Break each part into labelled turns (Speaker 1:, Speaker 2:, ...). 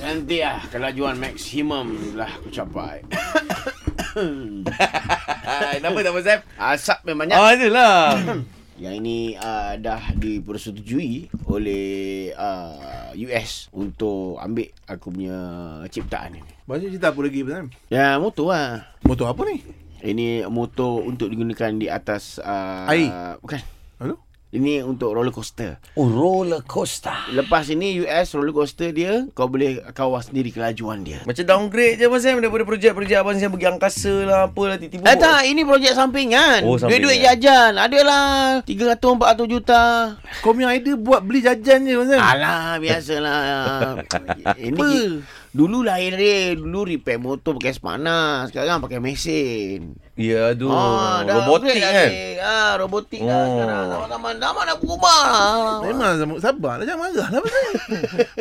Speaker 1: Nanti lah kelajuan maksimum lah aku capai.
Speaker 2: Kenapa tak pasal?
Speaker 1: Asap memangnya.
Speaker 2: Ah, itulah.
Speaker 1: Yang ini uh, dah dipersetujui oleh uh, US untuk ambil aku punya ciptaan ni.
Speaker 3: Maksudnya cerita apa lagi pasal?
Speaker 1: Ya, motor lah.
Speaker 3: Motor apa ni?
Speaker 1: Ini motor untuk digunakan di atas... Uh,
Speaker 3: Air.
Speaker 1: Bukan.
Speaker 3: Hello?
Speaker 1: Ini untuk roller coaster.
Speaker 4: Oh, roller coaster.
Speaker 1: Lepas ini US roller coaster dia, kau boleh kawal sendiri kelajuan dia.
Speaker 2: Macam downgrade je Abang Sam Daripada projek-projek Abang Sam Pergi angkasa lah Apalah tiba-tiba
Speaker 1: Eh tak, ini projek sampingan.
Speaker 2: Oh, sampingan.
Speaker 1: Duit-duit jajan. Adalah 300 400 juta.
Speaker 3: Kau punya idea buat beli jajan je pasal?
Speaker 1: Alah, biasalah. ini
Speaker 3: Apa?
Speaker 1: ki- dulu lahir dia, dulu repair motor pakai panas, sekarang pakai mesin.
Speaker 2: Ya aduh
Speaker 1: Ah, dah upgrade
Speaker 2: Robotik
Speaker 1: dah,
Speaker 2: kan
Speaker 1: Dik. Ah, robotik dah
Speaker 2: Oh.
Speaker 1: sekarang. Zaman-zaman zaman dah berubah. Oh.
Speaker 3: Memang sama- sabarlah jangan marah lah pasal.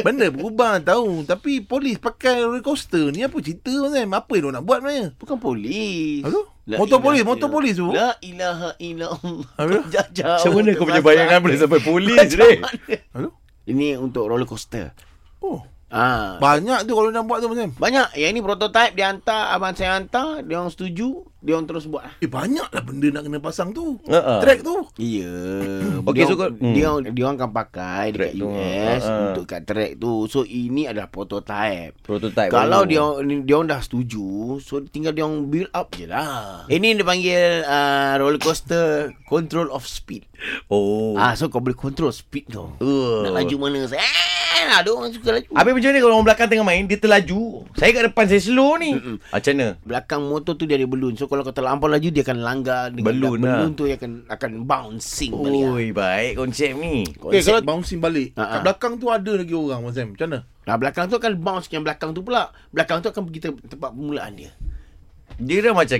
Speaker 3: Benda berubah tahu tapi polis pakai roller coaster ni apa cerita pasal? Apa yang dia nak buat sebenarnya?
Speaker 1: Bukan polis.
Speaker 3: Aduh,
Speaker 1: La
Speaker 3: motor
Speaker 1: ilaha
Speaker 3: polis, motor
Speaker 1: illallah.
Speaker 3: polis tu.
Speaker 1: La ilaha illallah.
Speaker 3: Aduh.
Speaker 1: Jajah.
Speaker 2: Macam mana kau punya bayangan Boleh sampai polis ni
Speaker 1: Ah, Macam mana?
Speaker 3: Hello?
Speaker 1: Ini untuk roller coaster.
Speaker 3: Oh,
Speaker 1: Ah.
Speaker 3: banyak tu kalau nak buat tu pasal.
Speaker 1: Banyak. Yang ini prototype dia hantar, abang saya hantar, dia orang setuju, dia orang terus buat. lah.
Speaker 3: Eh banyaklah benda nak kena pasang tu.
Speaker 2: Ha-ha.
Speaker 3: Track tu.
Speaker 1: Ya.
Speaker 2: Okey,
Speaker 1: dia,
Speaker 2: so
Speaker 1: so
Speaker 2: kau-
Speaker 1: dia, orang- dia orang akan pakai dekat
Speaker 2: Track tu,
Speaker 1: US
Speaker 2: ah, ah.
Speaker 1: untuk kat track tu. So ini adalah prototype.
Speaker 2: Prototype
Speaker 1: Kalau
Speaker 2: baru.
Speaker 1: dia orang- dia orang dah setuju, so tinggal dia orang build up je lah.
Speaker 2: Hmm.
Speaker 1: Ini dia panggil uh, roller coaster control of speed.
Speaker 2: Oh
Speaker 1: Ah, so kau boleh control speed tu.
Speaker 2: Oh.
Speaker 1: Nak laju mana? Eh, ada orang suka laju.
Speaker 2: Habis macam mana kalau orang belakang tengah main Dia terlaju Saya kat depan saya slow ni Macam mana
Speaker 1: belakang motor tu dia ada balloon. So kalau kau terlampau laju dia akan langgar dengan
Speaker 2: Balloon
Speaker 1: dah- balloon
Speaker 2: lah.
Speaker 1: tu dia akan akan bouncing balik. lah.
Speaker 2: Oi baik konsep ni
Speaker 3: Eh
Speaker 1: Konsep.
Speaker 3: kalau bouncing balik
Speaker 1: Ha-ha.
Speaker 3: Kat belakang tu ada lagi orang Mazem Macam mana?
Speaker 1: Nah, belakang tu akan bounce yang belakang tu pula. Belakang tu akan pergi te- tempat permulaan dia.
Speaker 2: Dia dah macam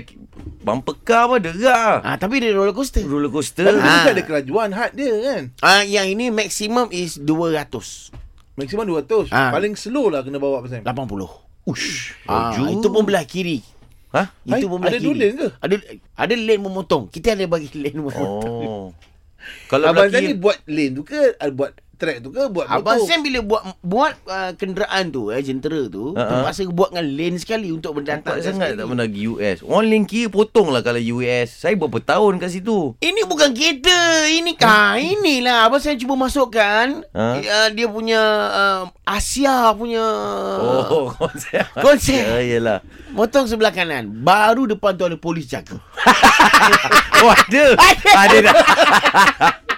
Speaker 2: Bumper car apa Derak
Speaker 1: Ah tapi dia roller coaster.
Speaker 2: Roller coaster
Speaker 3: Tapi
Speaker 1: Ha.
Speaker 3: ha. ada kelajuan hard dia kan
Speaker 1: Ah yang ini maximum is 200.
Speaker 3: Maksimum 200
Speaker 1: Ha.
Speaker 3: Paling slow lah kena bawa Mazem
Speaker 1: 80.
Speaker 2: Ush
Speaker 1: Ah
Speaker 2: laju.
Speaker 1: itu pun belah kiri.
Speaker 2: Ha?
Speaker 1: Itu
Speaker 3: Hai,
Speaker 1: pun belah
Speaker 3: ada
Speaker 1: kiri.
Speaker 3: dua lane ke?
Speaker 1: Ada ada lane memotong. Kita ada bagi lane memotong.
Speaker 2: Oh Kalau
Speaker 3: Abang
Speaker 2: belakang-
Speaker 3: Sam ni buat lane tu ke Ah, Buat track tu ke Buat
Speaker 1: Abang
Speaker 3: motor
Speaker 1: Sam bila buat buat uh, kenderaan tu, eh, jentera tu,
Speaker 2: Ha, ha.
Speaker 1: terpaksa buat dengan lane sekali untuk
Speaker 2: Tak
Speaker 1: berdantang sekali.
Speaker 2: sangat tak pernah pergi US Orang lain kira potong lah kalau US Saya berapa tahun kat situ
Speaker 1: Ini bukan kereta. Ini kan. Inilah. Abang saya cuba masukkan.
Speaker 2: Ha?
Speaker 1: Uh, dia punya uh, Asia punya.
Speaker 2: Oh konsep
Speaker 1: Ah. Konsep.
Speaker 2: Ya yelah
Speaker 1: Motong sebelah kanan. Baru depan tu ada polis jaga.
Speaker 2: Oh ada Ada dah